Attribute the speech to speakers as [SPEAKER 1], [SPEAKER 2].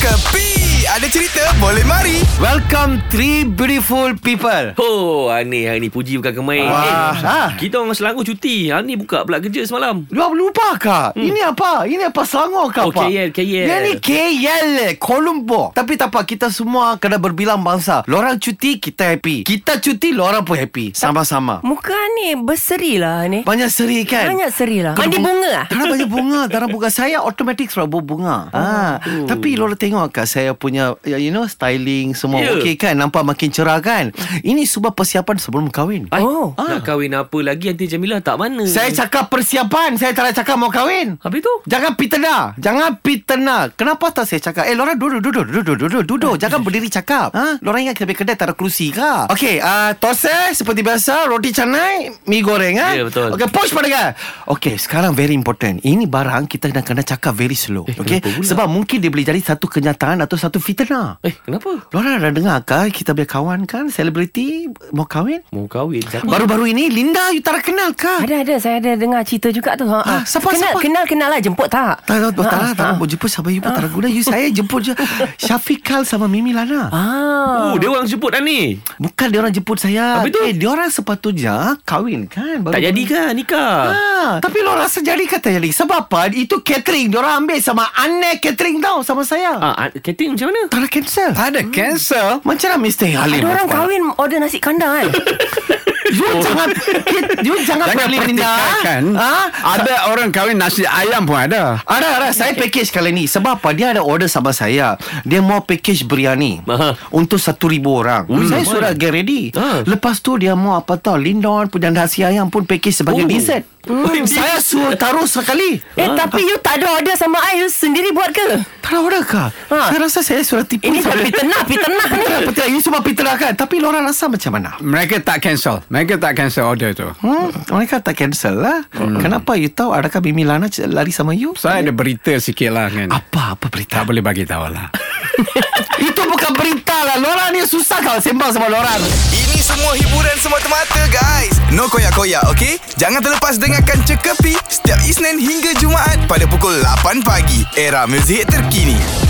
[SPEAKER 1] Kepi Ada cerita boleh mari
[SPEAKER 2] Welcome three beautiful people.
[SPEAKER 3] Oh, hari ni hari ni puji bukan kemain.
[SPEAKER 2] Wah,
[SPEAKER 3] Eh,
[SPEAKER 2] ha.
[SPEAKER 3] kita orang Selangor cuti. Hari ni buka pula kerja semalam.
[SPEAKER 2] Lu apa lupa kak? Hmm. Ini apa? Ini apa Selangor ke
[SPEAKER 3] Oh,
[SPEAKER 2] apa?
[SPEAKER 3] KL, KL.
[SPEAKER 2] Ini KL, eh, Colombo. Tapi tak apa, kita semua kena berbilang bangsa. Lorang cuti, kita happy. Kita cuti, lorang pun happy. Sama-sama.
[SPEAKER 4] Muka ni berseri lah ni.
[SPEAKER 2] Banyak seri kan?
[SPEAKER 4] Banyak seri lah.
[SPEAKER 2] Kena
[SPEAKER 4] Ada
[SPEAKER 2] bung-
[SPEAKER 4] bunga lah.
[SPEAKER 2] Tanah banyak bunga Tanah bunga saya Automatik surat bunga
[SPEAKER 4] Oh.
[SPEAKER 2] ha. Tapi lorang tengok kat Saya punya ya, You know Styling Semua
[SPEAKER 3] Ya.
[SPEAKER 2] okey kan Nampak makin cerah kan Ini sebab persiapan Sebelum kahwin
[SPEAKER 3] Ai,
[SPEAKER 4] Oh.
[SPEAKER 3] Nak kahwin apa lagi nanti Jamilah tak mana.
[SPEAKER 2] Ah. Saya cakap persiapan Saya tak nak cakap mau kahwin
[SPEAKER 3] Habis tu?
[SPEAKER 2] Jangan pitena Jangan pitena Kenapa tak saya cakap Eh Lorang duduk Duduk Duduk Duduk Duduk Jangan berdiri cakap ha? Lorang ingat kedai kedai Tak ada kerusi ke Okay uh, Tose Seperti biasa Roti canai Mi goreng ha?
[SPEAKER 3] Ya, betul.
[SPEAKER 2] Okay push pendengar Okay sekarang very important Ini barang Kita nak kena cakap very slow eh, Okay
[SPEAKER 3] kenapa pula?
[SPEAKER 2] Sebab mungkin dia boleh jadi Satu kenyataan Atau satu fitnah
[SPEAKER 3] Eh, kenapa?
[SPEAKER 2] Lorang dah dengar ke Kita punya kawan kan Selebriti Mau kahwin
[SPEAKER 3] Mau kahwin siapa?
[SPEAKER 2] Baru-baru ini Linda you tak kenal ke
[SPEAKER 4] Ada ada saya ada dengar cerita juga tu. Ha.
[SPEAKER 2] Ah,
[SPEAKER 4] ah.
[SPEAKER 2] siapa,
[SPEAKER 4] kenal,
[SPEAKER 2] siapa?
[SPEAKER 4] kenal kenal lah jemput tak?
[SPEAKER 2] Tak tahu Tak lah
[SPEAKER 4] Ah,
[SPEAKER 2] Tak
[SPEAKER 4] ah.
[SPEAKER 2] mau jemput Sama you pun tak ada guna You saya jemput je Syafiqal sama Mimi Lana
[SPEAKER 4] Ah.
[SPEAKER 3] Oh, dia orang jemput kan ni.
[SPEAKER 2] Bukan dia orang jemput saya
[SPEAKER 3] Habis tu?
[SPEAKER 2] Eh dia orang sepatutnya Kahwin kan
[SPEAKER 3] Tak jadi kan nikah?
[SPEAKER 2] Ha, tapi lo rasa jadi kata jadi Sebab apa Itu catering Diorang ambil sama Aneh catering tau Sama saya
[SPEAKER 3] Ah, ah, catering macam mana?
[SPEAKER 2] Tak nak cancel
[SPEAKER 1] Ada cancel
[SPEAKER 2] Macam mana Mr. Halim
[SPEAKER 4] Ah. Ada orang kahwin order nasi kandang kan?
[SPEAKER 2] You jangan You jangan
[SPEAKER 1] Jangan
[SPEAKER 2] pelik Linda
[SPEAKER 1] pertikaikan
[SPEAKER 2] ha?
[SPEAKER 1] Ada orang kahwin nasi ayam pun ada
[SPEAKER 2] Ara, Ara, Ah, saya package kali ni Sebab apa Dia ada order sama saya Dia mau package biryani
[SPEAKER 3] Aha.
[SPEAKER 2] Untuk satu ribu orang
[SPEAKER 3] Ui,
[SPEAKER 2] Saya
[SPEAKER 3] ramai.
[SPEAKER 2] sudah get ready
[SPEAKER 3] Ha.
[SPEAKER 2] Lepas tu dia mau apa tau Lindon punya nasi ayam pun package sebagai
[SPEAKER 3] Oh.
[SPEAKER 2] dessert
[SPEAKER 3] Ui,
[SPEAKER 2] Saya suruh taruh sekali
[SPEAKER 4] eh tapi you tak ada order sama I you sendiri buat ke?
[SPEAKER 2] Tak ada order kah?
[SPEAKER 4] Ha.
[SPEAKER 2] Saya rasa saya sudah tipu
[SPEAKER 4] Ini buat fitnah, fitnah ni.
[SPEAKER 2] Betul, betul. You semua pitnah kan Tapi lorang rasa macam mana?
[SPEAKER 1] Mereka tak cancel Mereka tak cancel order tu
[SPEAKER 2] Hmm, mereka tak cancel lah
[SPEAKER 3] Hmm.
[SPEAKER 2] Kenapa you tahu Adakah Mimi Lana c- lari sama you?
[SPEAKER 1] Saya ada berita sikit lah kan
[SPEAKER 2] Apa? Apa berita?
[SPEAKER 1] Tak boleh bagi tahu lah
[SPEAKER 2] Itu bukan berita lah Lorang ni susah kalau sembang sama lorang
[SPEAKER 5] Ini semua hiburan semata-mata guys No koyak-koyak ok Jangan terlepas dengarkan Cekapi Setiap Isnin hingga Jumaat Pada pukul 8 pagi Era muzik terkini